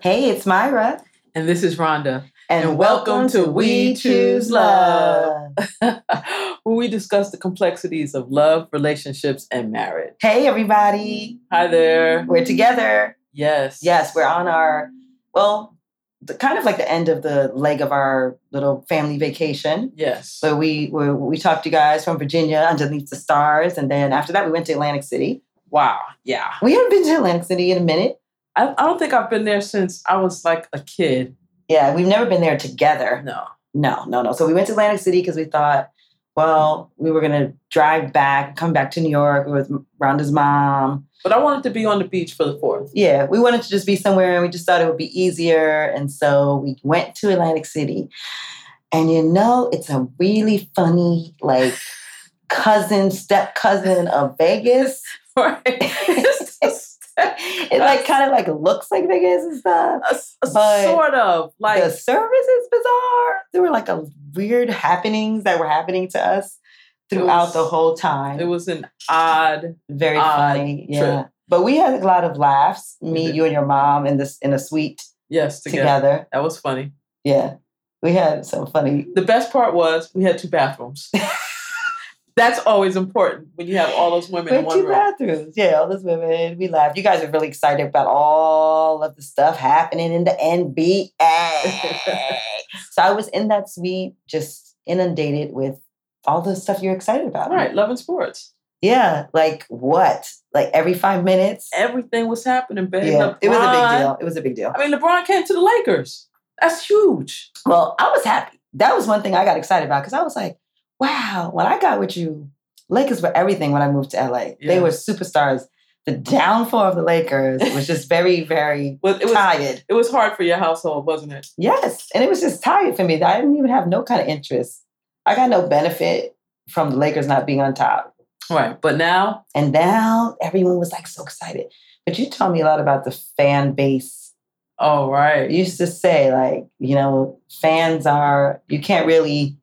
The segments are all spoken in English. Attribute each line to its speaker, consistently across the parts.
Speaker 1: Hey, it's Myra.
Speaker 2: And this is Rhonda. And welcome to We Choose Love. where we discuss the complexities of love, relationships, and marriage.
Speaker 1: Hey, everybody.
Speaker 2: Hi there.
Speaker 1: We're together.
Speaker 2: Yes.
Speaker 1: Yes, we're on our, well, the, kind of like the end of the leg of our little family vacation.
Speaker 2: Yes.
Speaker 1: So we, we we talked to you guys from Virginia underneath the stars. And then after that, we went to Atlantic City.
Speaker 2: wow. Yeah.
Speaker 1: We haven't been to Atlantic City in a minute.
Speaker 2: I, I don't think I've been there since I was like a kid.
Speaker 1: Yeah, we've never been there together.
Speaker 2: No.
Speaker 1: No, no, no. So we went to Atlantic City because we thought, well, we were gonna drive back, come back to New York with Rhonda's mom.
Speaker 2: But I wanted to be on the beach for the fourth.
Speaker 1: Yeah, we wanted to just be somewhere, and we just thought it would be easier. And so we went to Atlantic City, and you know, it's a really funny like cousin, step cousin of Vegas.
Speaker 2: Right. It's just
Speaker 1: It like kind of like looks like Vegas and stuff.
Speaker 2: a- a
Speaker 1: But
Speaker 2: sort of like
Speaker 1: the service is bizarre. There were like a weird happenings that were happening to us throughout
Speaker 2: was-
Speaker 1: the whole time.
Speaker 2: it was an odd.
Speaker 1: very
Speaker 2: odd
Speaker 1: funny. Yeah.
Speaker 2: trip.
Speaker 1: But we had a lot of laughs. Me,
Speaker 2: did.
Speaker 1: you, and your mom in this in a suite
Speaker 2: Yes. Together.
Speaker 1: together.
Speaker 2: That was funny.
Speaker 1: Yeah. We had some funny.
Speaker 2: The best part was we had two bathrooms. That's always important when you have all those women
Speaker 1: We
Speaker 2: in
Speaker 1: had
Speaker 2: one
Speaker 1: two
Speaker 2: room.
Speaker 1: bathrooms. Yeah, all those women. We laughed. You guys were really excited about all of the stuff happening in the NBA. so I was in that suite, just inundated with all the stuff you're excited about.
Speaker 2: All right, love and sports.
Speaker 1: Yeah. Like what? Like every five minutes?
Speaker 2: Everything was happening, baby.
Speaker 1: yeah. It was a
Speaker 2: LeBron-
Speaker 1: big deal. It was a big deal.
Speaker 2: I mean, LeBron came to the Lakers. That's huge.
Speaker 1: Well, I was happy. That was one thing I got excited about because I was like, wow, when I got with you, Lakers were everything when I moved to LA. They
Speaker 2: Yeah.
Speaker 1: were superstars. The downfall of the Lakers was just very, very
Speaker 2: Well, it was
Speaker 1: tired.
Speaker 2: it was hard for your household, wasn't it?
Speaker 1: Yes. And it was just tired for me. I didn't even have no kind of interest. I got no benefit from the Lakers not being on top.
Speaker 2: Right. But now,
Speaker 1: And now everyone was like so excited. But you taught me a lot about the fan base
Speaker 2: all right.
Speaker 1: you used to say like you know fans are you can't really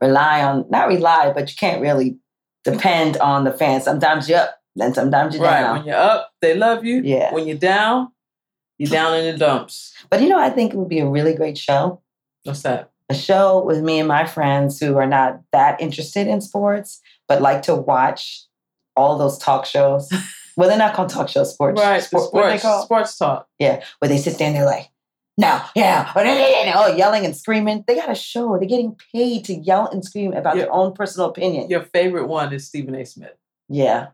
Speaker 1: rely on not rely but you can't really depend on the fans sometimes you're up then sometimes you're
Speaker 2: Right.
Speaker 1: down
Speaker 2: When you're up, they love you.
Speaker 1: Yeah.
Speaker 2: When you're down, you're down in the dumps.
Speaker 1: but you know i think it would be a really great show
Speaker 2: What's that?
Speaker 1: a show with me and my friends who are not that interested in sports but like to watch all those talk shows well they're not called talk shows sports
Speaker 2: right. the
Speaker 1: sport,
Speaker 2: Sports,
Speaker 1: what are they called?
Speaker 2: sports talk.
Speaker 1: Yeah, where they sit there and they're like, no, yeah, oh, no, no, no, no," all yelling and screaming. They got a show. They're getting paid to yell and scream about
Speaker 2: Yeah.
Speaker 1: their own personal opinion.
Speaker 2: Your favorite one is Stephen A. Smith.
Speaker 1: Yeah.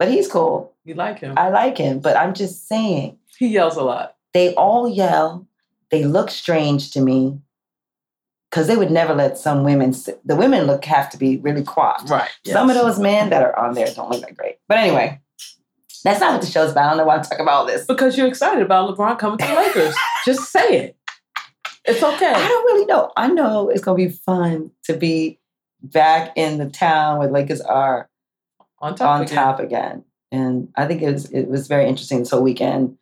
Speaker 1: But he's cool.
Speaker 2: You like him.
Speaker 1: I like him, but I'm just saying,
Speaker 2: he yells a lot.
Speaker 1: they all yell. They look strange to me because they would never let some women sit. The women look have to be really quiet.
Speaker 2: Right.
Speaker 1: Some of
Speaker 2: yes.
Speaker 1: those men that are on there don't look that great. But anyway, that's not what the show's about. I don't know why I'm talking about all this.
Speaker 2: Because you're excited about LeBron coming to the Lakers. Just say it. It's
Speaker 1: I
Speaker 2: okay.
Speaker 1: don't really know. I know it's gonna be fun to be back in the town where Lakers are
Speaker 2: On top.
Speaker 1: on
Speaker 2: again.
Speaker 1: top again. And I think it was it was very interesting this whole weekend.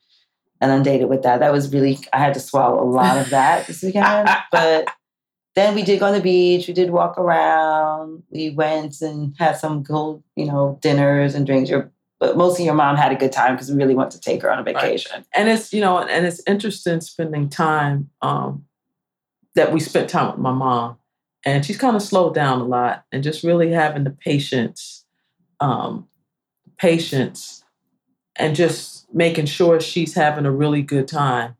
Speaker 1: And undated with that. That was really I had to swallow a lot of that this weekend. but then we did go on the beach, we did walk around, we went and had some cool, you know, dinners and drinks. Your but mostly your mom had a good time because we really want to take her on a vacation.
Speaker 2: and it's you know and it's interesting spending time um that we spent time with my mom and she's kind of slowed down a lot and just really having the patience um patience and just making sure she's having a really good time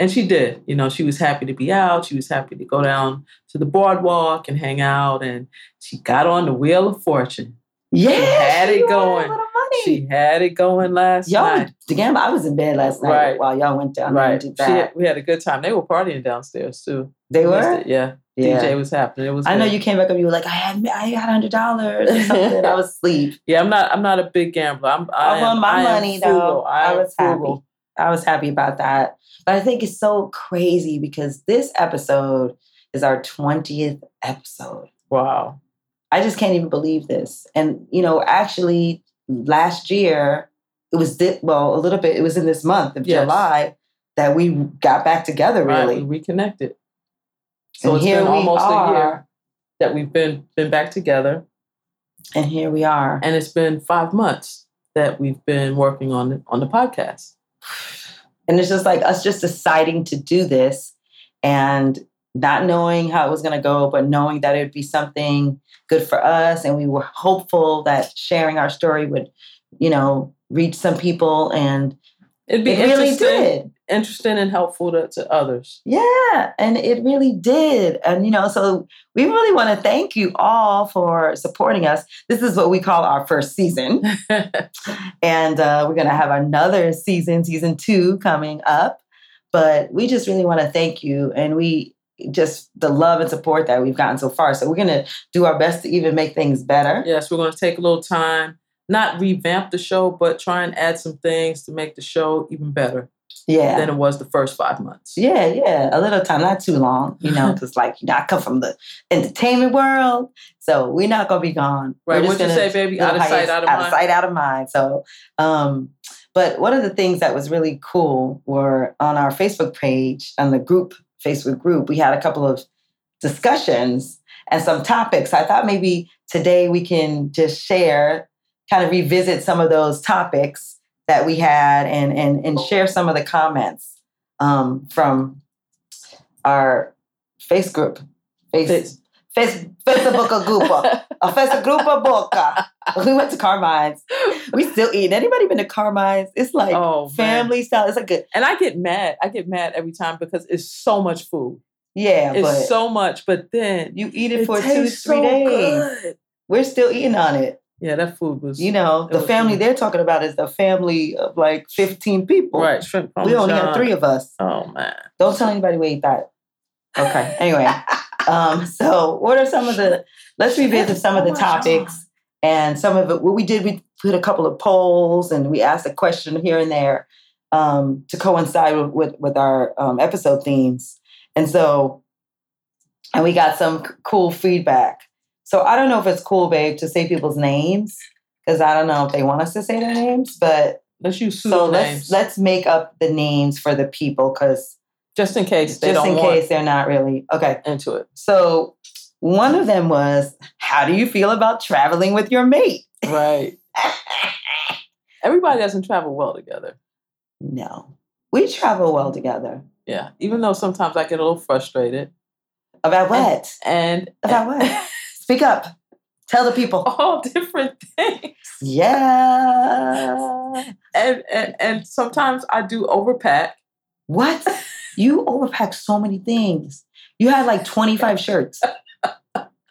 Speaker 2: and she did you know she was happy to be out she was happy to go down to the boardwalk and hang out and she got on the wheel of fortune
Speaker 1: Yeah,
Speaker 2: had it
Speaker 1: she wanted a
Speaker 2: going.
Speaker 1: little money.
Speaker 2: she had it going last
Speaker 1: Y'all,
Speaker 2: night
Speaker 1: damn, I was in bed last night
Speaker 2: Right.
Speaker 1: while y'all went down
Speaker 2: right
Speaker 1: and did that.
Speaker 2: She had- we had a good time they were partying downstairs too
Speaker 1: they
Speaker 2: I missed
Speaker 1: were?
Speaker 2: it, Yeah.
Speaker 1: Yeah.
Speaker 2: DJ was happening. It was.
Speaker 1: I know
Speaker 2: good.
Speaker 1: you came back up, you were like, I had I had hundred dollars or something. I was asleep.
Speaker 2: Yeah, I'm not. I'm not a big gambler. I'm. I
Speaker 1: I,
Speaker 2: am,
Speaker 1: won my
Speaker 2: I am
Speaker 1: money
Speaker 2: frugal.
Speaker 1: though.
Speaker 2: I,
Speaker 1: I,
Speaker 2: am
Speaker 1: was
Speaker 2: frugal.
Speaker 1: happy. I was happy about that. But I think it's so crazy because this episode is our 20th episode.
Speaker 2: Wow.
Speaker 1: I just can't even believe this. And you know, actually last year, it was this, well, a little bit, it was in this month of
Speaker 2: Yes.
Speaker 1: July that we got back together
Speaker 2: Right,
Speaker 1: really.
Speaker 2: we reconnected. So
Speaker 1: And
Speaker 2: it's
Speaker 1: here
Speaker 2: been
Speaker 1: we
Speaker 2: almost a year
Speaker 1: are.
Speaker 2: that we've been been back together,
Speaker 1: And here we are.
Speaker 2: and it's been five months that we've been working on on the podcast.
Speaker 1: And it's just like us just deciding to do this and not knowing how it was going to go, but knowing that it would be something good for us. And we were hopeful that sharing our story would, you know, reach some people. And
Speaker 2: It'd be
Speaker 1: it really
Speaker 2: interesting,
Speaker 1: did.
Speaker 2: interesting and helpful to, to others.
Speaker 1: Yeah. And it really did. And, you know, so we really want to thank you all for supporting us. This is what we call our first season. And uh, we're going to have another season, season two, coming up. But we just really want to thank you. And we just the love and support that we've gotten so far. So we're going to do our best to even make things better.
Speaker 2: yes, we're going to take a little time, not revamp the show, but try and add some things to make the show even better
Speaker 1: Yeah.
Speaker 2: than it was the first five months.
Speaker 1: Yeah, yeah, a little time, not too long, you know, because like you know, I come from the entertainment world, so we're not gonna be gone.
Speaker 2: Right?
Speaker 1: We're
Speaker 2: What'd you
Speaker 1: gonna-
Speaker 2: say, baby? Out of sight,
Speaker 1: hiatus,
Speaker 2: out of mind.
Speaker 1: sight, out of mind. So, um, but one of the things that was really cool were on our Facebook page, on the group Facebook group, we had a couple of discussions and some topics. I thought maybe today we can just share, kind of revisit some of those topics that we had, and and and share some of the comments um, from our face group, face, face Facebook group a festa grupo boca. We went to Carmine's. We still eating. Anybody been to Carmine's? It's like
Speaker 2: oh, man.
Speaker 1: family style. It's like a
Speaker 2: And I get mad. I get mad every time because it's so much food.
Speaker 1: yeah,
Speaker 2: it's
Speaker 1: but
Speaker 2: so much, but then
Speaker 1: you eat it, for two, three
Speaker 2: tastes so
Speaker 1: days.
Speaker 2: good.
Speaker 1: We're still eating on it.
Speaker 2: Yeah, that food was
Speaker 1: You know,
Speaker 2: It
Speaker 1: the
Speaker 2: was
Speaker 1: family
Speaker 2: good.
Speaker 1: they're talking about is the family of like fifteen people.
Speaker 2: right. Shrimp
Speaker 1: We only
Speaker 2: parmesan.
Speaker 1: had three of us.
Speaker 2: Oh man.
Speaker 1: Don't tell anybody we ate that. Okay. Anyway, um, so what are some of the? Let's revisit some of the
Speaker 2: Oh my God.
Speaker 1: topics and some of it. What we did, we put a couple of polls and we asked a question here and there um, to coincide with with, with our um, episode themes, and so and we got some c- cool feedback. So I don't know if it's cool, babe, to say people's names because I don't know if they want us to say their names, but
Speaker 2: Let's use
Speaker 1: so
Speaker 2: pseudo
Speaker 1: let's
Speaker 2: names
Speaker 1: let's make up the names for the people because
Speaker 2: just in case they
Speaker 1: just
Speaker 2: don't
Speaker 1: in
Speaker 2: want
Speaker 1: case they're not really okay.
Speaker 2: into it.
Speaker 1: So one of them was, "How do you feel about traveling with your mate?"
Speaker 2: Right. Everybody doesn't travel well together.
Speaker 1: No, we travel well together.
Speaker 2: Yeah. Even though sometimes I get a little frustrated.
Speaker 1: About what?
Speaker 2: And
Speaker 1: About what? Speak up. Tell the people.
Speaker 2: all different things.
Speaker 1: Yeah.
Speaker 2: And, and and sometimes I do overpack.
Speaker 1: What? You overpacked so many things. You had like twenty five shirts.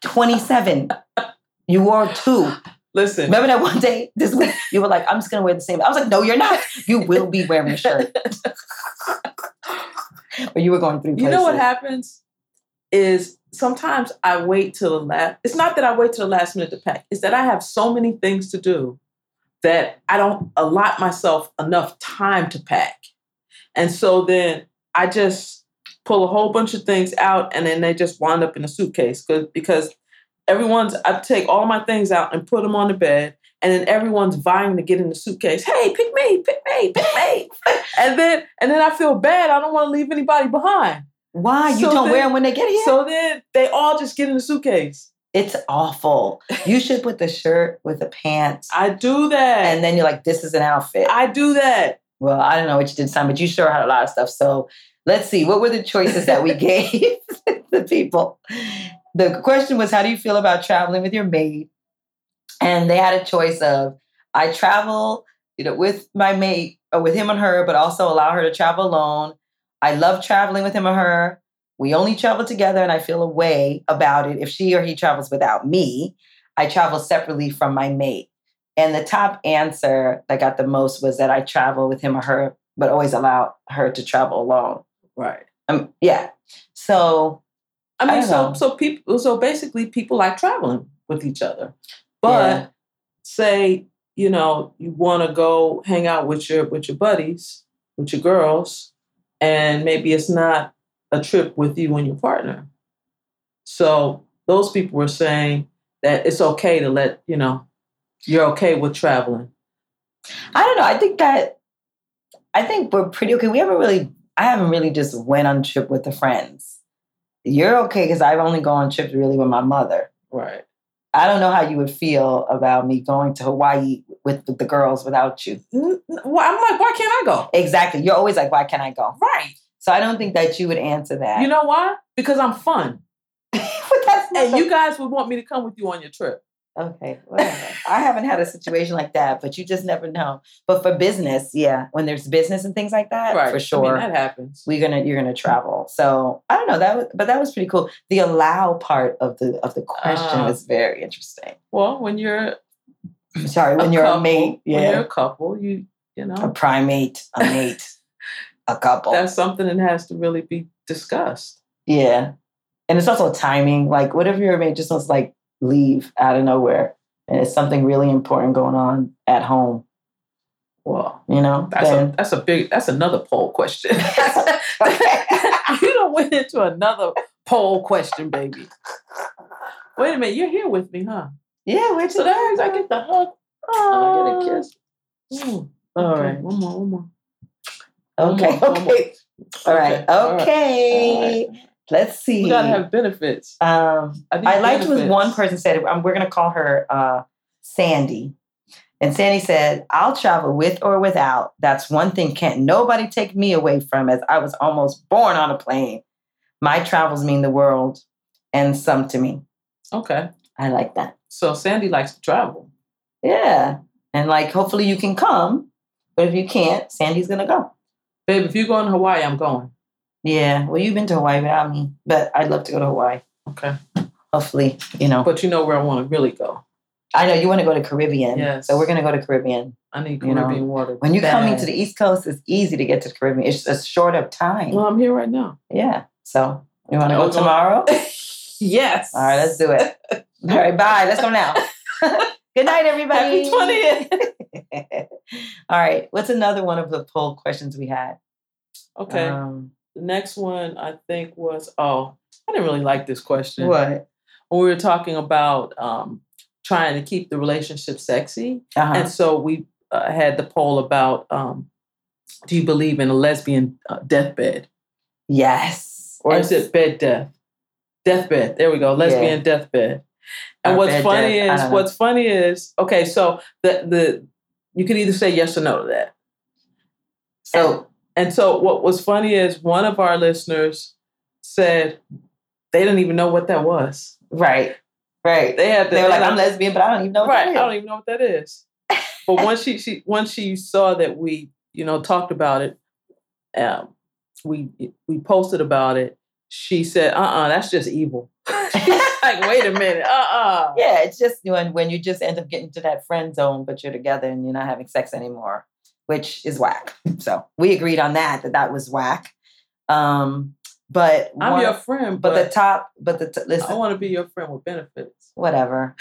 Speaker 1: Twenty seven. You wore two.
Speaker 2: Listen,
Speaker 1: Remember that one day this week you were like, "I'm just gonna wear the same." I was like, "No, you're not. You will be wearing a shirt." but you were going through.
Speaker 2: You know what happens is sometimes I wait till the last. It's not that I wait till the last minute to pack. It's that I have so many things to do that I don't allot myself enough time to pack, and so then I just pull a whole bunch of things out, and then they just wind up in a suitcase 'cause- because everyone's. I take all my things out and put them on the bed. And then everyone's vying to get in the suitcase. Hey, pick me, pick me, pick me. and then and then I feel bad. I don't want to leave anybody behind.
Speaker 1: Why you
Speaker 2: So
Speaker 1: don't
Speaker 2: then-
Speaker 1: wear them when they get here?
Speaker 2: So then they all just get in the suitcase.
Speaker 1: it's awful. You should put the shirt with the pants,
Speaker 2: I do that.
Speaker 1: and then you're like, "This is an outfit."
Speaker 2: I do that.
Speaker 1: well, I don't know what you did, Simon, but you sure had a lot of stuff. So let's see. What were the choices that we gave the people? The question was, how do you feel about traveling with your mate? And they had a choice of, I travel, you know, with my mate or with him and her, but also allow her to travel alone. I love traveling with him or her. We only travel together, and I feel a way about it if she or he travels without me. I travel separately from my mate. And the top answer that got the most was that I travel with him or her, but always allow her to travel alone.
Speaker 2: Right.
Speaker 1: Um, yeah. So
Speaker 2: I mean,
Speaker 1: I
Speaker 2: so
Speaker 1: know.
Speaker 2: so people so basically people like traveling with each other. But
Speaker 1: Yeah.
Speaker 2: say, you know, you wanna go hang out with your with your buddies, with your girls, and maybe it's not a trip with you and your partner. So those people were saying that it's okay to let, you know, you're okay with traveling.
Speaker 1: I don't know. I think that I think we're pretty okay. We haven't really. I haven't really just went on trip with the friends. You're okay because I've only gone on trips really with my mother.
Speaker 2: Right.
Speaker 1: I don't know how you would feel about me going to Hawaii with, with the girls without you.
Speaker 2: Well, I'm like, why can't I go?
Speaker 1: Exactly. You're always like, why can't I go?
Speaker 2: Right.
Speaker 1: So I don't think that you would answer that.
Speaker 2: You know why? Because I'm fun.
Speaker 1: but that's not
Speaker 2: And
Speaker 1: the-
Speaker 2: you guys would want me to come with you on your trip.
Speaker 1: Okay, whatever. I haven't had a situation like that, but you just never know. But for business, yeah, when there's business and things like that, for
Speaker 2: I
Speaker 1: sure,
Speaker 2: mean, that happens.
Speaker 1: we're gonna you're gonna travel. So I don't know that, was, but that was pretty cool. The allow part of the of the question
Speaker 2: Ah.
Speaker 1: was very interesting.
Speaker 2: Well, when you're
Speaker 1: Sorry, when
Speaker 2: a
Speaker 1: you're
Speaker 2: couple,
Speaker 1: a mate,
Speaker 2: when you're
Speaker 1: yeah,
Speaker 2: a couple, you you
Speaker 1: a
Speaker 2: know
Speaker 1: primate, a mate, a couple,
Speaker 2: that's something that has to really be discussed.
Speaker 1: yeah. And it's also timing. Like, what if your mate just wants to, like leave out of nowhere, and it's something really important going on at home?
Speaker 2: Well,
Speaker 1: You know,
Speaker 2: that's
Speaker 1: Then-
Speaker 2: a that's a big that's another poll question. you don't went into another poll question, baby. Wait a minute, you're here with me, huh?
Speaker 1: Yeah, which
Speaker 2: So that means I get the hug. Oh, I get a kiss. Mm,
Speaker 1: All
Speaker 2: okay,
Speaker 1: right.
Speaker 2: one more, one more.
Speaker 1: Okay.
Speaker 2: One more, one more.
Speaker 1: Okay. All right. Okay.
Speaker 2: All right.
Speaker 1: Let's see.
Speaker 2: We gotta have benefits.
Speaker 1: um,
Speaker 2: need
Speaker 1: I liked what
Speaker 2: benefits.
Speaker 1: one person said. Um, we're gonna call her uh, Sandy. And Sandy said, "I'll travel with or without. That's one thing can't nobody take me away from. As I was almost born on a plane. My travels mean the world, and some to me.
Speaker 2: Okay,
Speaker 1: I like that.
Speaker 2: so Sandy likes to travel.
Speaker 1: Yeah. And like, hopefully you can come. But if you can't, Sandy's gonna go.
Speaker 2: Babe, if you're going to Hawaii, I'm going.
Speaker 1: Yeah. Well, you've been to Hawaii without me, but I'd love to go to Hawaii.
Speaker 2: Okay.
Speaker 1: Hopefully, you know.
Speaker 2: But you know where I want to really go.
Speaker 1: I know you want to go to Caribbean.
Speaker 2: Yes.
Speaker 1: So we're gonna go to Caribbean.
Speaker 2: I need
Speaker 1: You know,
Speaker 2: Caribbean water.
Speaker 1: When you're coming to
Speaker 2: bad.
Speaker 1: the East Coast, it's easy to get to the Caribbean. It's a short of time.
Speaker 2: Well, I'm here right now.
Speaker 1: yeah. So you want to
Speaker 2: Oh,
Speaker 1: go tomorrow?
Speaker 2: well. Yes.
Speaker 1: All right, let's do it. All right, bye. Let's go now. Good night, everybody.
Speaker 2: Happy 20th.
Speaker 1: All right. What's another one of the poll questions we had?
Speaker 2: Okay.
Speaker 1: Um,
Speaker 2: the next one I think was oh, I didn't really like this question.
Speaker 1: what?
Speaker 2: When we were talking about um, trying to keep the relationship sexy,
Speaker 1: Uh-huh.
Speaker 2: and so we uh, had the poll about um, do you believe in a lesbian uh, deathbed
Speaker 1: Yes.
Speaker 2: or is it bed death? Deathbed. There we go. Lesbian deathbed. And
Speaker 1: Or
Speaker 2: what's
Speaker 1: bed
Speaker 2: funny
Speaker 1: death, I
Speaker 2: is
Speaker 1: don't know.
Speaker 2: what's funny is okay. So the the you can either say yes or no to that.
Speaker 1: So
Speaker 2: And so what was funny is one of our listeners said they didn't even know what that was.
Speaker 1: right, right.
Speaker 2: They had to,
Speaker 1: They were like,
Speaker 2: had-
Speaker 1: "I'm lesbian, but I don't even know what
Speaker 2: right. I
Speaker 1: that
Speaker 2: don't even know what that is. but once she, she once she saw that we you know talked about it, um, we we posted about it. She said, "Uh uh that's just evil."
Speaker 1: is."
Speaker 2: like, wait a minute, uh uh
Speaker 1: Yeah, it's just when when you just end up getting to that friend zone, but you're together and you're not having sex anymore, which is whack. So we agreed on that that that was whack. Um, but
Speaker 2: I'm
Speaker 1: one-
Speaker 2: your friend,
Speaker 1: but,
Speaker 2: but,
Speaker 1: the top, but the t-
Speaker 2: I
Speaker 1: listen,
Speaker 2: want to be your friend with benefits.
Speaker 1: whatever.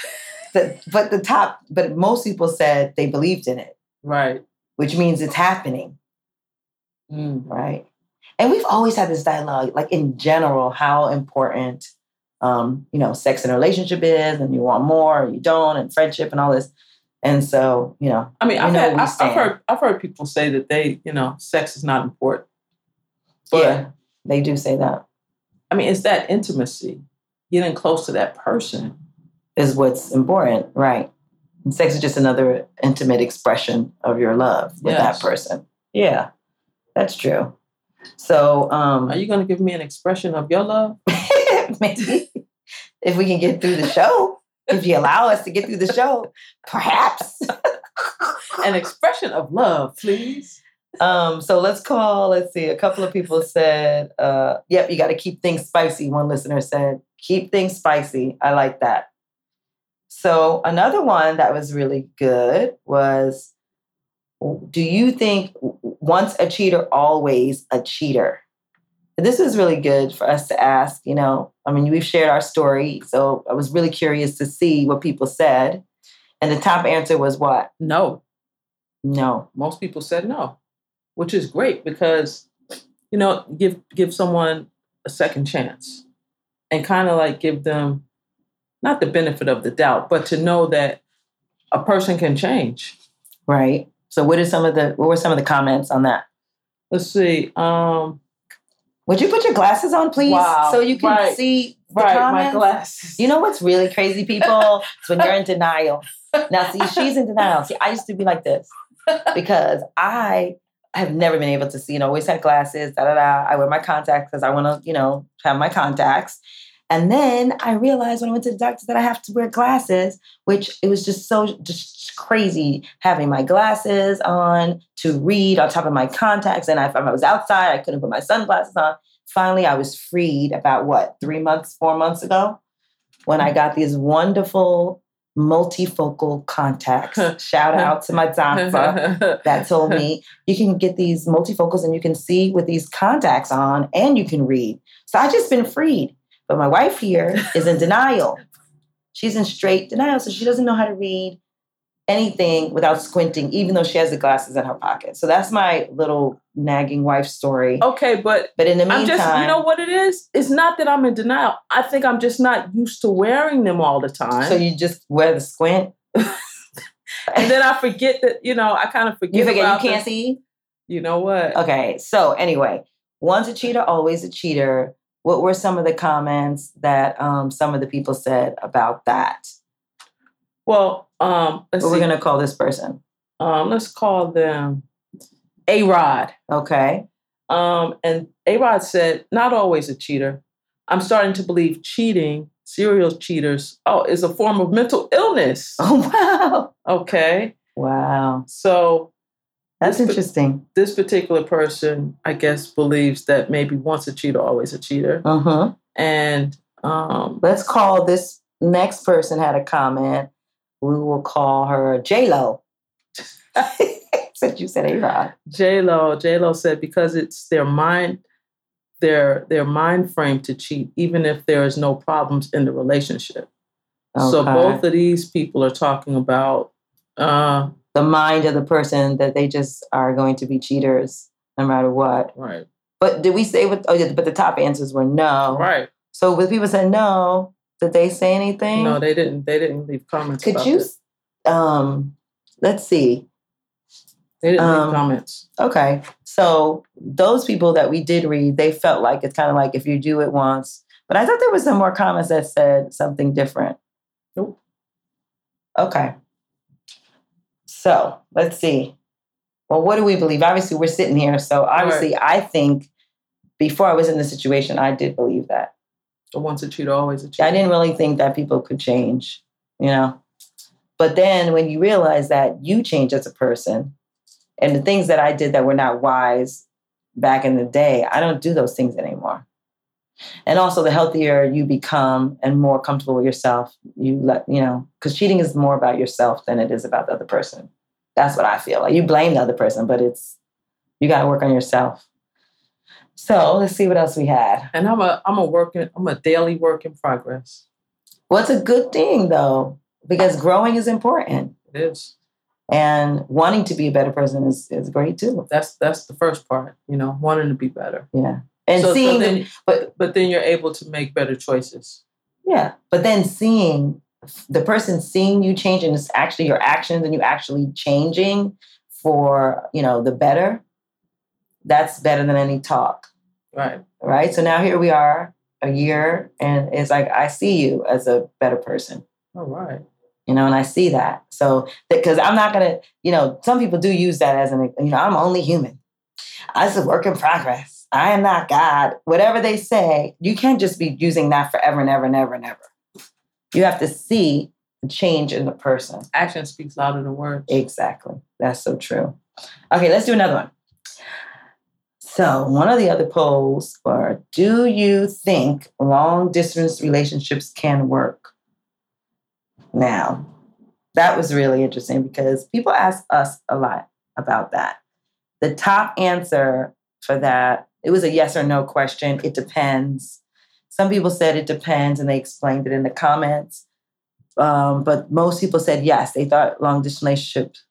Speaker 1: the, but the top, but most people said they believed in it,
Speaker 2: Right.
Speaker 1: which means it's happening,
Speaker 2: Mm.
Speaker 1: right? And we've always had this dialogue, like in general, how important um, you know, sex in a relationship is, and you want more, and you don't, and friendship, and all this. And so, you know,
Speaker 2: I mean,
Speaker 1: You
Speaker 2: I've,
Speaker 1: know
Speaker 2: had,
Speaker 1: where we
Speaker 2: I've, I've
Speaker 1: stand.
Speaker 2: heard I've heard people say that they, you know, sex is not important. But
Speaker 1: yeah, they do say that
Speaker 2: I mean, it's that intimacy, getting close to that person.
Speaker 1: is what's important, right? And sex is just another intimate expression of your love with
Speaker 2: Yes.
Speaker 1: that person. Yeah, that's true. So, um,
Speaker 2: Are you going to give me an expression of your love?
Speaker 1: maybe if we can get through the show, if you allow us to get through the show, perhaps.
Speaker 2: An expression of love, please.
Speaker 1: Um, so let's call, let's see, a couple of people said, uh, yep, you got to keep things spicy. One listener said, keep things spicy. I like that. So another one that was really good was, do you think once a cheater, always a cheater? This is really good for us to ask, you know. I mean, we've shared our story, so I was really curious to see what people said. And the top answer was what?
Speaker 2: No,
Speaker 1: No.
Speaker 2: most people said no, which is great because, you know, give give someone a second chance, and kind of like give them not the benefit of the doubt, but to know that a person can change.
Speaker 1: Right. So what are some of the what were some of the comments on that?
Speaker 2: Let's see. Um,
Speaker 1: Would you put your glasses on, please?
Speaker 2: Wow,
Speaker 1: So you can
Speaker 2: right.
Speaker 1: see
Speaker 2: right, my
Speaker 1: comments?
Speaker 2: glasses.
Speaker 1: You know what's really crazy, people? It's when you're in denial. Now, see, she's in denial. See, I used to be like this because I have never been able to see and always had glasses, da da da. I wear my contacts because I want to, you know, have my contacts. And then I realized when I went to the doctor that I have to wear glasses, which it was just so just crazy having my glasses on to read on top of my contacts. And I, if I was outside, I couldn't put my sunglasses on. Finally, I was freed about what, three months, four months ago, when I got these wonderful multifocal contacts. Shout out to my doctor that told me you can get these multifocals and you can see with these contacts on and you can read. So I just been freed. But my wife here is in denial. She's in straight denial. So she doesn't know how to read anything without squinting, even though she has the glasses in her pocket. So that's my little nagging wife story.
Speaker 2: Okay, but
Speaker 1: But in the meantime,
Speaker 2: Oh, I'm just, you know what it is? It's not that I'm in denial. I think I'm just not used to wearing them all the time.
Speaker 1: so you just wear the squint.
Speaker 2: and then I forget that, you know, I kind of forget,
Speaker 1: You forget
Speaker 2: about
Speaker 1: you can't
Speaker 2: the-
Speaker 1: see? Oh.
Speaker 2: You know what?
Speaker 1: Okay. So anyway, once a cheater, always a cheater. What were some of the comments that um, some of the people said about that?
Speaker 2: Well, um, let's
Speaker 1: What we're
Speaker 2: see.
Speaker 1: gonna call this person.
Speaker 2: um, let's call them A Rod.
Speaker 1: Okay.
Speaker 2: Um, and A Rod said, not always a cheater. I'm starting to believe cheating, serial cheaters, oh, is a form of mental illness.
Speaker 1: Oh wow.
Speaker 2: Okay.
Speaker 1: Wow.
Speaker 2: So
Speaker 1: That's
Speaker 2: This-
Speaker 1: interesting.
Speaker 2: this particular person, I guess, believes that maybe once a cheater, always a cheater.
Speaker 1: Mm-hmm.
Speaker 2: And um,
Speaker 1: Let's call this next person had a comment. We will call her J Lo. Since you said A Rod.
Speaker 2: J Lo, J Lo said because it's their mind, their their mind frame to cheat, even if there is no problems in the relationship. So
Speaker 1: Okay.
Speaker 2: both of these people are talking about uh,
Speaker 1: the mind of the person that they just are going to be cheaters no matter what.
Speaker 2: right,
Speaker 1: But did we say what? Oh, yeah, but the top answers were no.
Speaker 2: right.
Speaker 1: So with people said no, did they say anything?
Speaker 2: No, they didn't. They didn't leave comments.
Speaker 1: Could
Speaker 2: about
Speaker 1: you?
Speaker 2: it.
Speaker 1: Um, let's see.
Speaker 2: They didn't
Speaker 1: um,
Speaker 2: leave comments.
Speaker 1: Okay. So those people that we did read, they felt like it's kind of like if you do it once. But I thought there was some more comments that said something different.
Speaker 2: Nope.
Speaker 1: Okay. So let's see. Well, what do we believe? Obviously, we're sitting here. So obviously, I think before I was in the situation, I did believe that.
Speaker 2: The once a cheater, always a cheater.
Speaker 1: I didn't really think that people could change, you know. But then when you realize that you change as a person and the things that I did that were not wise back in the day, I don't do those things anymore. And also the healthier you become and more comfortable with yourself, you let, you know, cuz cheating is more about yourself than it is about the other person. That's what I feel. Like you blame the other person, but it's you got to work on yourself. So, let's see what else we had.
Speaker 2: And I'm a I'm a working I'm a daily work in progress.
Speaker 1: What's a good thing though? Because growing is important.
Speaker 2: It is.
Speaker 1: and wanting to be a better person is, is great too.
Speaker 2: That's that's the first part. You know, wanting to be better.
Speaker 1: Yeah. And
Speaker 2: So- so
Speaker 1: seeing,
Speaker 2: then-
Speaker 1: the, but
Speaker 2: but then you're able to make better choices.
Speaker 1: yeah, but then seeing the person seeing you change and it's actually your actions and you actually changing for, you know, the better, that's better than any talk,
Speaker 2: Right.
Speaker 1: right? So now here we are a year and it's like, I see you as a better person.
Speaker 2: All right.
Speaker 1: you know, and I see that. So, because I'm not gonna, you know, some people do use that as an, you know, I'm only human. I just a work in progress. I am not God. Whatever they say, you can't just be using that forever and ever and ever and ever. You have to see the change in the person.
Speaker 2: Action speaks louder than words.
Speaker 1: Exactly. That's so true. Okay, let's do another one. So, one of the other polls are Do you think long distance relationships can work? Now, that was really interesting because people ask us a lot about that. The top answer for that, it was a yes or no question. It depends. Some people said it depends and they explained it in the comments um, but most people said yes. They thought long distance relationships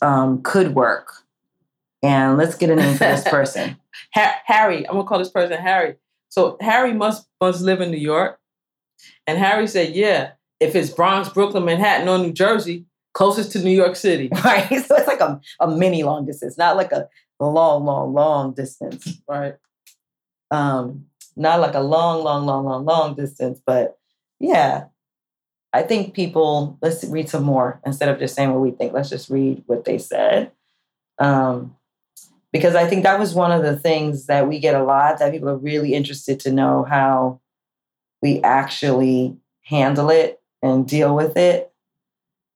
Speaker 1: um, could work. And let's get a name for this person.
Speaker 2: Ha- Harry, I'm gonna call this person Harry. So Harry must must live in New York, and Harry said, "Yeah, if it's Bronx, Brooklyn, Manhattan, or New Jersey, closest to New York City."
Speaker 1: right? So it's like a, a mini long distance, not like a long, long, long distance.
Speaker 2: Right.
Speaker 1: Um, Not like a long, long, long, long, long distance, but yeah. I think people, let's read some more instead of just saying what we think. Let's just read what they said. Um, because I think that was one of the things that we get a lot that people are really interested to know how we actually handle it and deal with it.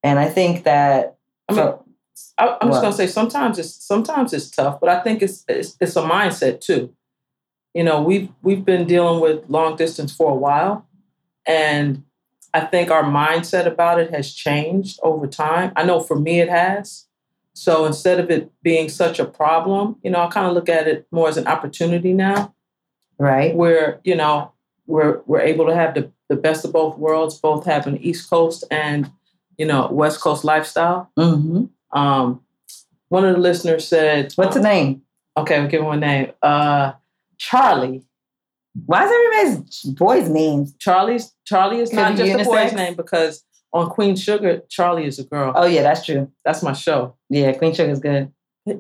Speaker 1: And I think that.
Speaker 2: I mean, so, I, am just gonna say sometimes it's sometimes it's tough, but I think it's, it's it's a mindset too. You know, we've we've been dealing with long distance for a while, and I think our mindset about it has changed over time. I know for me it has. So instead of it being such a problem, you know, I kind of look at it more as an opportunity now.
Speaker 1: Right.
Speaker 2: Where, you know, we're we're able to have the, the best of both worlds, both have an East Coast and, you know, West Coast lifestyle.
Speaker 1: Mm-hmm.
Speaker 2: Um, one of the listeners said
Speaker 1: What's the name?
Speaker 2: Okay, we'll give him a name. Uh Charlie.
Speaker 1: Why is everybody's boys' names?
Speaker 2: Charlie's Charlie is
Speaker 1: Could
Speaker 2: not
Speaker 1: be
Speaker 2: just a boy's
Speaker 1: unisex?
Speaker 2: name because on Queen Sugar, Charlie is a girl.
Speaker 1: Oh yeah, that's true.
Speaker 2: That's my show.
Speaker 1: Yeah, Queen Sugar's good.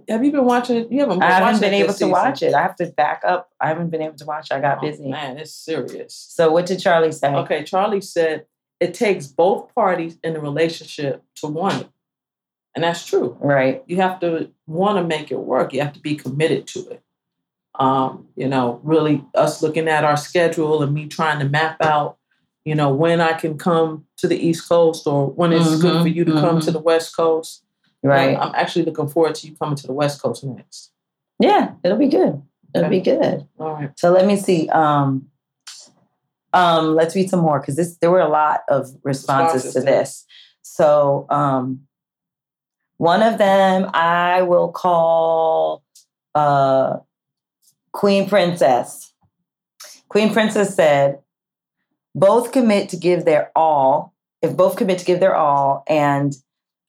Speaker 2: Have you been watching it? You haven't been
Speaker 1: I haven't
Speaker 2: watching
Speaker 1: been
Speaker 2: it
Speaker 1: able to
Speaker 2: this season.
Speaker 1: watch it. I have to back up. I haven't been able to watch. it. I got
Speaker 2: Oh,
Speaker 1: busy.
Speaker 2: Man, it's serious.
Speaker 1: So what did Charlie say?
Speaker 2: Okay, Charlie said it takes both parties in the relationship to want it. And that's true.
Speaker 1: Right.
Speaker 2: You have to want to make it work. You have to be committed to it. Um, you know, really us looking at our schedule and me trying to map out, you know, when I can come to the East Coast or when it's good
Speaker 1: Mhm,
Speaker 2: for you to come to
Speaker 1: mhm.
Speaker 2: the West Coast.
Speaker 1: Right.
Speaker 2: And I'm actually looking forward to you coming to the West Coast next.
Speaker 1: Yeah, it'll be good. It'll be good.
Speaker 2: All right.
Speaker 1: So let me see. Um, um, let's read some more because this there were a lot of responses,
Speaker 2: Responses
Speaker 1: to
Speaker 2: to
Speaker 1: this. So um, one of them I will call uh, Queen Princess. Queen Princess said, "Both commit to give their all. If both commit to give their all, and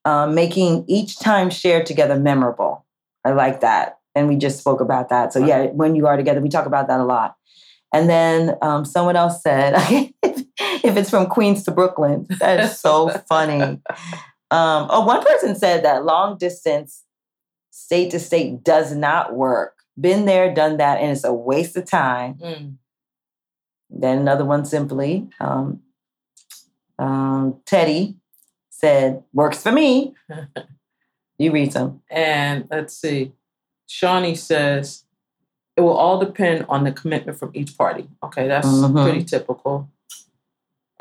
Speaker 1: uh, making each time shared together memorable. I like that. And we just spoke about that. So yeah, when you are together, we talk about that a lot. And then um, someone else said, if it's from Queens to Brooklyn, that is so funny. Um, oh, one person said that long distance, state to state, does not work. Been there, done that, and it's a waste of time.
Speaker 2: Mm.
Speaker 1: Then another one simply, um, um, Teddy said, works for me. you read some.
Speaker 2: And let's see. Shawnee says it will all depend on the commitment from each party. Okay, that's
Speaker 1: Mhm.
Speaker 2: pretty typical.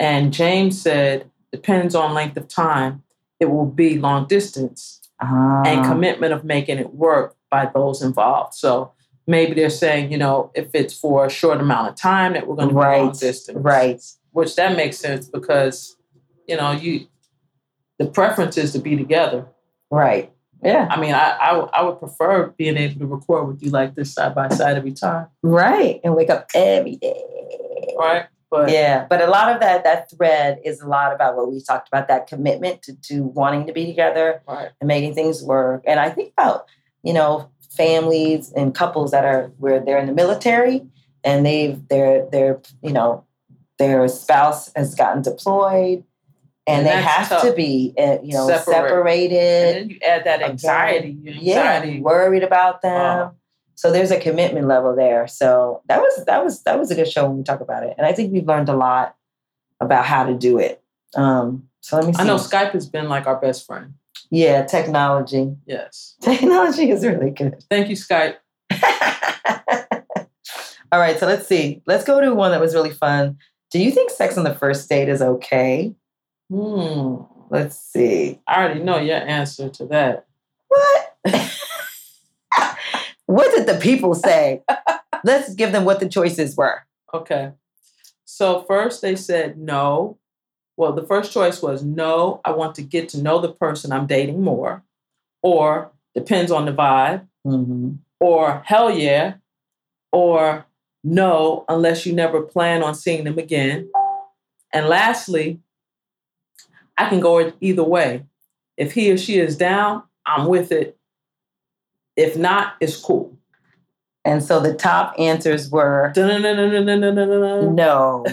Speaker 2: And James said depends on length of time. It will be long distance
Speaker 1: Ah,
Speaker 2: and commitment of making it work by those involved. So maybe they're saying, you know, if it's for a short amount of time that we're going to be long
Speaker 1: Right,
Speaker 2: distance.
Speaker 1: right,
Speaker 2: Which that makes sense because, you know, you the preference is to be together.
Speaker 1: right. Yeah,
Speaker 2: I mean, I, I w- I would prefer being able to record with you like this side by side every time,
Speaker 1: right. And wake up every day.
Speaker 2: right? But
Speaker 1: Yeah, but a lot of that that thread is a lot about what we talked about that commitment to, to wanting to be together
Speaker 2: right,
Speaker 1: and making things work. And I think about, you know, families and couples that are where they're in the military and they've their their you know their spouse has gotten deployed and,
Speaker 2: And
Speaker 1: they
Speaker 2: that's
Speaker 1: have
Speaker 2: tough.
Speaker 1: to be uh, you know
Speaker 2: Separate. Mm-hmm. and
Speaker 1: separated
Speaker 2: then you add that
Speaker 1: Again,
Speaker 2: anxiety, your
Speaker 1: yeah
Speaker 2: anxiety. Uh-huh.
Speaker 1: worried about them
Speaker 2: Wow.
Speaker 1: so there's a commitment level there so that was that was that was a good show when we talk about it and i think we've learned a lot about how to do it um so let me see
Speaker 2: I know Skype has been like our best friend.
Speaker 1: yeah technology
Speaker 2: Yes,
Speaker 1: technology is really good
Speaker 2: thank you, Skype.
Speaker 1: All right, so let's see. Let's go to one that was really fun. Do you think sex on the first date is okay?
Speaker 2: Hmm,
Speaker 1: Let's see.
Speaker 2: I already know your answer to that.
Speaker 1: What? what did the people say? let's give them what the choices were.
Speaker 2: Okay, so first they said no. Well, the first choice was no. I want to get to know the person I'm dating more, or depends on the vibe.
Speaker 1: Mm-hmm.
Speaker 2: or hell yeah, or no, unless you never plan on seeing them again. And lastly, I can go either way. If he or she is down, I'm with it. If not, it's cool.
Speaker 1: And so the top answers were
Speaker 2: Dun-dun-dun-dun-dun-dun-dun-dun.
Speaker 1: no.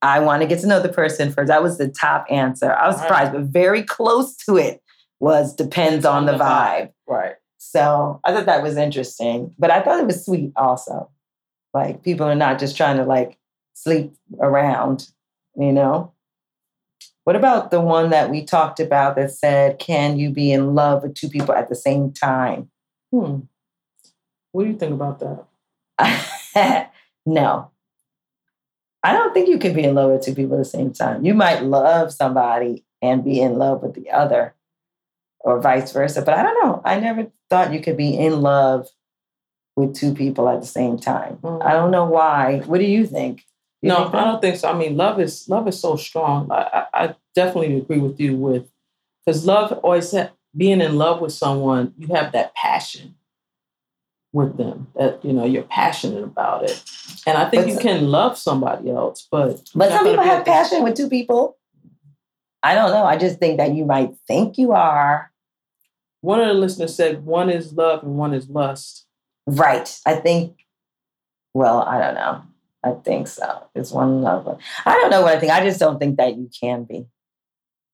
Speaker 1: I want to get to know the person first. That was the top answer. I was
Speaker 2: All
Speaker 1: surprised, but very close to it was depends on the vibe.
Speaker 2: Right.
Speaker 1: So I thought that was interesting, but I thought it was sweet also. Like people are not just trying to like sleep around, you know? What about the one that we talked about that said, can you be in love with two people at the same time?
Speaker 2: Hmm. What do you think about that?
Speaker 1: no. I don't think you can be in love with two people at the same time. You might love somebody and be in love with the other or vice versa. But I don't know. I never thought you could be in love with two people at the same time. Mm. I don't know why. What do you think? Do
Speaker 2: you no, think I don't think so. I mean, love is love is so strong. I, I, I definitely agree with you with because love always ha- being in love with someone, you have that passion with them that you know you're passionate about it. And I think but, you can love somebody else, but
Speaker 1: but some people have passion this. with two people. I don't know. I just think that you might think you are.
Speaker 2: One of the listeners said one is love and one is lust.
Speaker 1: Right. I think, well, I don't know. I think so. It's one love. I don't know what I think. I just don't think that you can be.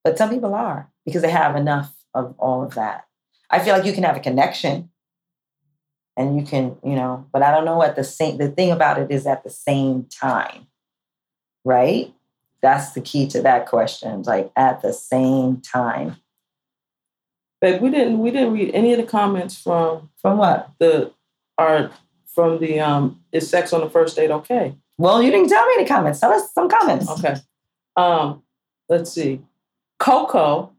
Speaker 1: But some people are because they have enough of all of that. I feel like you can have a connection and you can, you know, but I don't know at the same the thing about it is at the same time. Right? That's the key to that question. Like at the same time.
Speaker 2: But we didn't we didn't read any of the comments from
Speaker 1: from what?
Speaker 2: The are from the um is sex on the first date okay?
Speaker 1: Well, you didn't tell me any comments. Tell us some comments.
Speaker 2: Okay. Um, let's see. Coco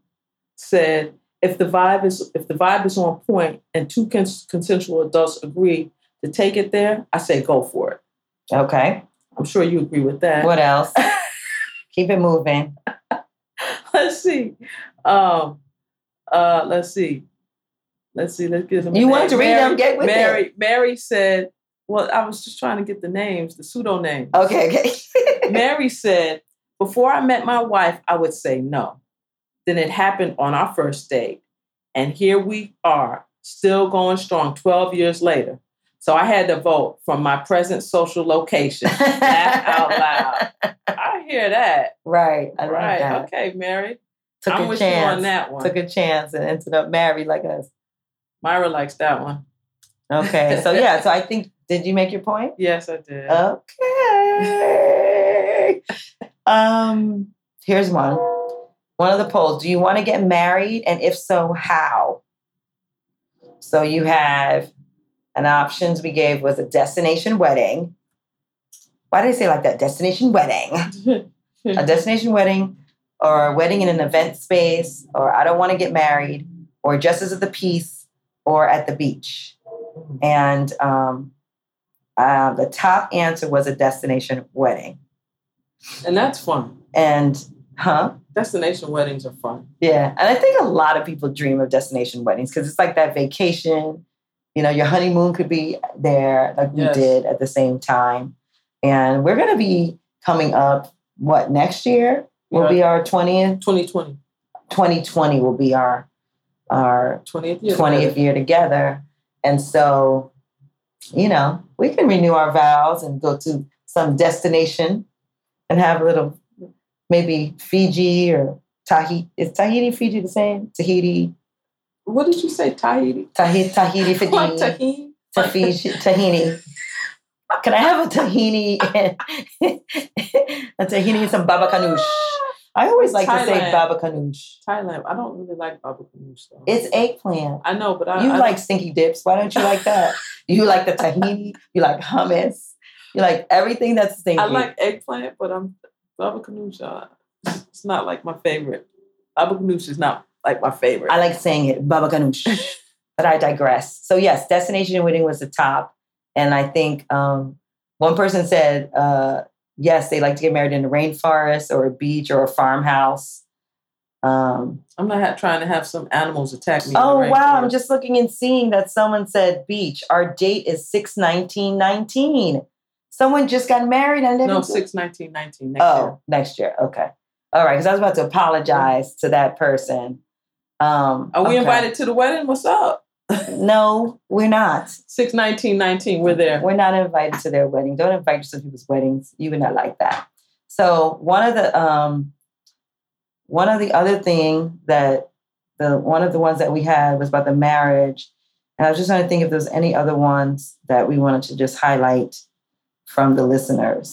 Speaker 2: said, if the vibe is if the vibe is on point and two cons- consensual adults agree to take it there, I say go for it.
Speaker 1: Okay.
Speaker 2: I'm sure you agree with that.
Speaker 1: What else? Keep it moving.
Speaker 2: let's see. Um, uh, let's see let's see, let's get them.
Speaker 1: You wanted to read
Speaker 2: Mary,
Speaker 1: them? Get with
Speaker 2: Mary.
Speaker 1: it.
Speaker 2: Mary said, "Well, I was just trying to get the names, the pseudonames."
Speaker 1: Okay, okay.
Speaker 2: Mary said, "Before I met my wife, I would say no. Then it happened on our first date, and here we are, still going strong, twelve years later." So I had to vote from my present social location. Laugh out loud. I hear that.
Speaker 1: Right.
Speaker 2: I right. That. Okay, Mary.
Speaker 1: Took
Speaker 2: I'm
Speaker 1: a
Speaker 2: with
Speaker 1: chance.
Speaker 2: you on that one.
Speaker 1: Took a chance and ended up married like us.
Speaker 2: Myra likes that one.
Speaker 1: Okay. So yeah, so I think did you make your point?
Speaker 2: Yes, I did.
Speaker 1: Uh. Okay. um, here's one. One of the polls. Do you want to get married? And if so, how? So you have an options we gave was a destination wedding. Why did I say like that? Destination wedding. a destination wedding or a wedding in an event space or I don't want to get married or justice of the peace or at the beach. And um, uh, the top answer was a destination wedding.
Speaker 2: And that's fun.
Speaker 1: And, huh?
Speaker 2: Destination weddings are fun.
Speaker 1: Yeah. And I think a lot of people dream of destination weddings because it's like that vacation. You know, your honeymoon could be there, like yes. we did at the same time. And we're going to be coming up, what, next year will yeah. be our 20th?
Speaker 2: 2020.
Speaker 1: 2020 will be our our
Speaker 2: 20th year,
Speaker 1: 20th
Speaker 2: together.
Speaker 1: year together. And so, you know, we can renew our vows and go to some destination and have a little, maybe Fiji or Tahiti. Is Tahiti, Fiji the same? Tahiti.
Speaker 2: What did you say? Tahiti?
Speaker 1: Tahiti, Tahiti, Fiji.
Speaker 2: tahini.
Speaker 1: Tahiti. Tahini. Can I have a tahini and a tahini and some baba ganoush? I always like
Speaker 2: Thailand.
Speaker 1: to say baba ganoush.
Speaker 2: Thailand. I don't really like baba ganoush though.
Speaker 1: It's eggplant.
Speaker 2: I know, but I
Speaker 1: you
Speaker 2: I
Speaker 1: like stinky dips. Why don't you like that? you like the tahini. You like hummus. You like everything that's stinky.
Speaker 2: I like eggplant, but I'm baba ganoush. Uh, it's not like my favorite. Baba ganoush is not like my favorite.
Speaker 1: I like saying it baba ganoush, but I digress. So yes, destination wedding was the top, and I think um, one person said. Uh, yes, they like to get married in a rainforest or a beach or a farmhouse. Um,
Speaker 2: I'm not ha- trying to have some animals attack me.
Speaker 1: Oh wow!
Speaker 2: rainforest.
Speaker 1: I'm just looking and seeing that someone said beach. Our date is six nineteen nineteen. Someone just got married. I never
Speaker 2: no six nineteen nineteen. Next
Speaker 1: oh,
Speaker 2: year.
Speaker 1: next year. Okay. All right, because I was about to apologize to that person. Um,
Speaker 2: Are we
Speaker 1: okay.
Speaker 2: invited to the wedding? What's up?
Speaker 1: no, we're not.
Speaker 2: Six nineteen nineteen. We're there.
Speaker 1: We're not invited to their wedding. Don't invite yourself to people's weddings. You would not like that. So one of the um, one of the other thing that the one of the ones that we had was about the marriage, and I was just trying to think if there's any other ones that we wanted to just highlight. from the listeners.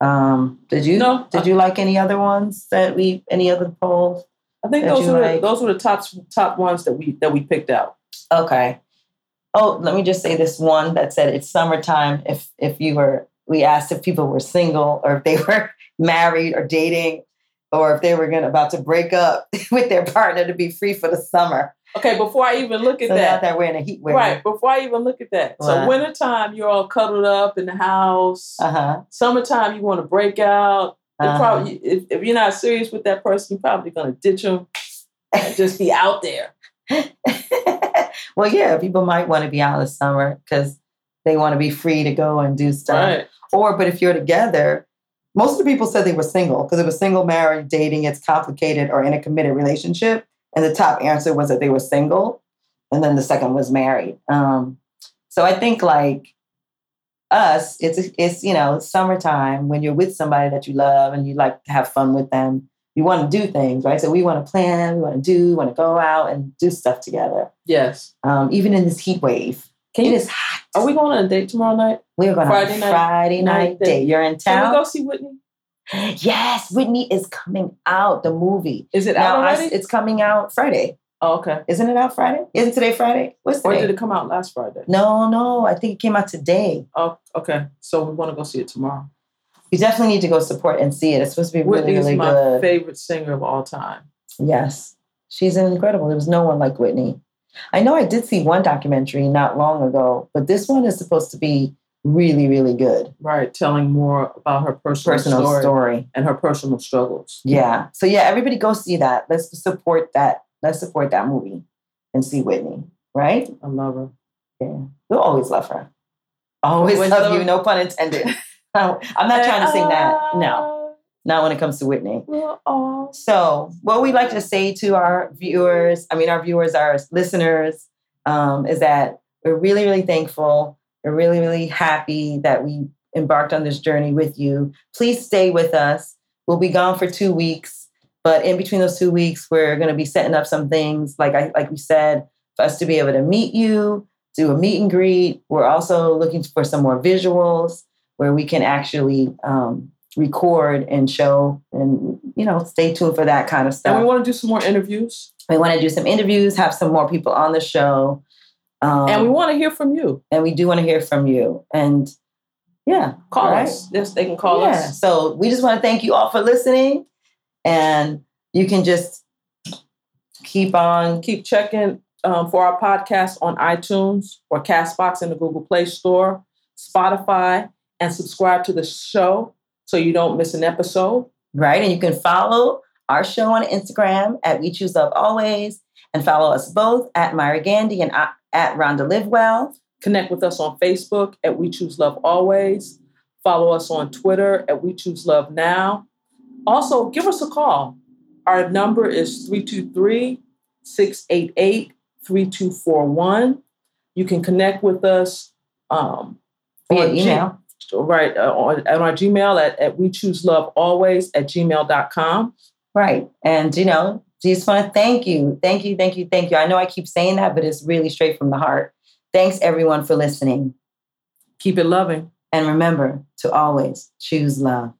Speaker 1: Um, did you
Speaker 2: No,
Speaker 1: did
Speaker 2: I-
Speaker 1: you like any other ones that we any other polls?
Speaker 2: I think
Speaker 1: That
Speaker 2: those
Speaker 1: you
Speaker 2: were the,
Speaker 1: like.
Speaker 2: those were the top top ones that we that we picked out.
Speaker 1: Okay. Oh, let me just say this one that said it's summertime. If if you were, we asked if people were single or if they were married or dating, or if they were gonna about to break up with their partner to be free for the summer.
Speaker 2: Okay, before I even look at
Speaker 1: So now
Speaker 2: that,
Speaker 1: that we're in a heat wave,
Speaker 2: right? Before I even look at that, so
Speaker 1: What?
Speaker 2: wintertime you're all cuddled up in the house.
Speaker 1: Uh huh.
Speaker 2: Summertime you want to break out. You're
Speaker 1: Uh-huh.
Speaker 2: probably if, if you're not serious with that person, you're probably gonna ditch them and just be out there.
Speaker 1: well, yeah, people might want to be out in the summer because they want to be free to go and do stuff.
Speaker 2: Right.
Speaker 1: Or, but if you're together, most of the people said they were single because it was single marriage, dating, it's complicated, or in a committed relationship. And the top answer was that they were single. And then the second was married. Um, so I think like us, it's, it's, you know, summertime when you're with somebody that you love and you like to have fun with them. You want to do things, right? So we want to plan, we want to do, want to go out and do stuff together.
Speaker 2: Yes.
Speaker 1: Um, even in this heat wave,
Speaker 2: Can
Speaker 1: it
Speaker 2: you?
Speaker 1: is hot.
Speaker 2: Are we going on a date tomorrow night?
Speaker 1: We're going Friday
Speaker 2: Friday
Speaker 1: on
Speaker 2: night-
Speaker 1: Friday night,
Speaker 2: night
Speaker 1: date. You're in
Speaker 2: Can we
Speaker 1: town.
Speaker 2: go see Whitney?
Speaker 1: Yes, Whitney is coming out the movie.
Speaker 2: Is it out
Speaker 1: Now I,
Speaker 2: already?
Speaker 1: it's coming out Friday,
Speaker 2: oh, okay.
Speaker 1: isn't it? Out Friday? Isn't today Friday? What's
Speaker 2: Or
Speaker 1: today?
Speaker 2: did it come out last Friday?
Speaker 1: no, no. I think it came out today.
Speaker 2: Oh, okay. So we want to go see it tomorrow.
Speaker 1: You definitely need to go support and see it. It's supposed to be really,
Speaker 2: Whitney is
Speaker 1: really
Speaker 2: my
Speaker 1: good.
Speaker 2: favorite singer of all time.
Speaker 1: Yes, she's incredible. There was no one like Whitney. I know I did see one documentary not long ago, but this one is supposed to be really, really good.
Speaker 2: Right, telling more about her personal,
Speaker 1: Personal
Speaker 2: story,
Speaker 1: story.
Speaker 2: and her personal struggles.
Speaker 1: Yeah. So yeah, everybody go see that. Let's support that. Let's support that movie and see Whitney. Right?
Speaker 2: I love her.
Speaker 1: Yeah. We'll always love her. Always
Speaker 2: Always
Speaker 1: love
Speaker 2: love
Speaker 1: you.
Speaker 2: her.
Speaker 1: No pun intended. I'm not trying to sing that.
Speaker 2: uh,
Speaker 1: No, not when it comes to Whitney.
Speaker 2: Well, oh,
Speaker 1: So, what we like to say to our viewers, I mean, our viewers, our listeners, um, is that we're really, really thankful. We're really, really happy that we embarked on this journey with you. Please stay with us. We'll be gone for two weeks, but in between those two weeks, we're going to be setting up some things, like I, like we said, for us to be able to meet you, do a meet and greet. We're also looking for some more visuals where we can actually um, record and show and you know stay tuned for that kind of stuff
Speaker 2: and we want to do some more interviews,
Speaker 1: we want to do some interviews have some more people on the show um,
Speaker 2: and we want to hear from you.
Speaker 1: and we do want to hear from you and yeah
Speaker 2: Call
Speaker 1: Right.
Speaker 2: us. Yes, they can call
Speaker 1: yeah.
Speaker 2: us.
Speaker 1: so we just want to thank you all for listening and you can just keep on
Speaker 2: Keep checking um, for our podcast on iTunes or Castbox in the Google Play Store, Spotify, and subscribe to the show so you don't miss an episode.
Speaker 1: right and you can follow our show on instagram at we choose love always and follow us both at myra gandy and I- at rhonda livewell
Speaker 2: Connect with us on Facebook at We Choose Love Always. Follow us on Twitter at We Choose Love Now. Also, give us a call. Our number is 323 688 3241. You can connect with us um,
Speaker 1: via
Speaker 2: on G-
Speaker 1: email
Speaker 2: right, uh, on, on our Gmail at, at We Choose Love Always at gmail.com.
Speaker 1: Right. And, you know, just want to thank you. Thank you. Thank you. Thank you. I know I keep saying that, but it's really straight from the heart. Thanks, everyone, for listening.
Speaker 2: Keep it loving.
Speaker 1: And remember to always choose love.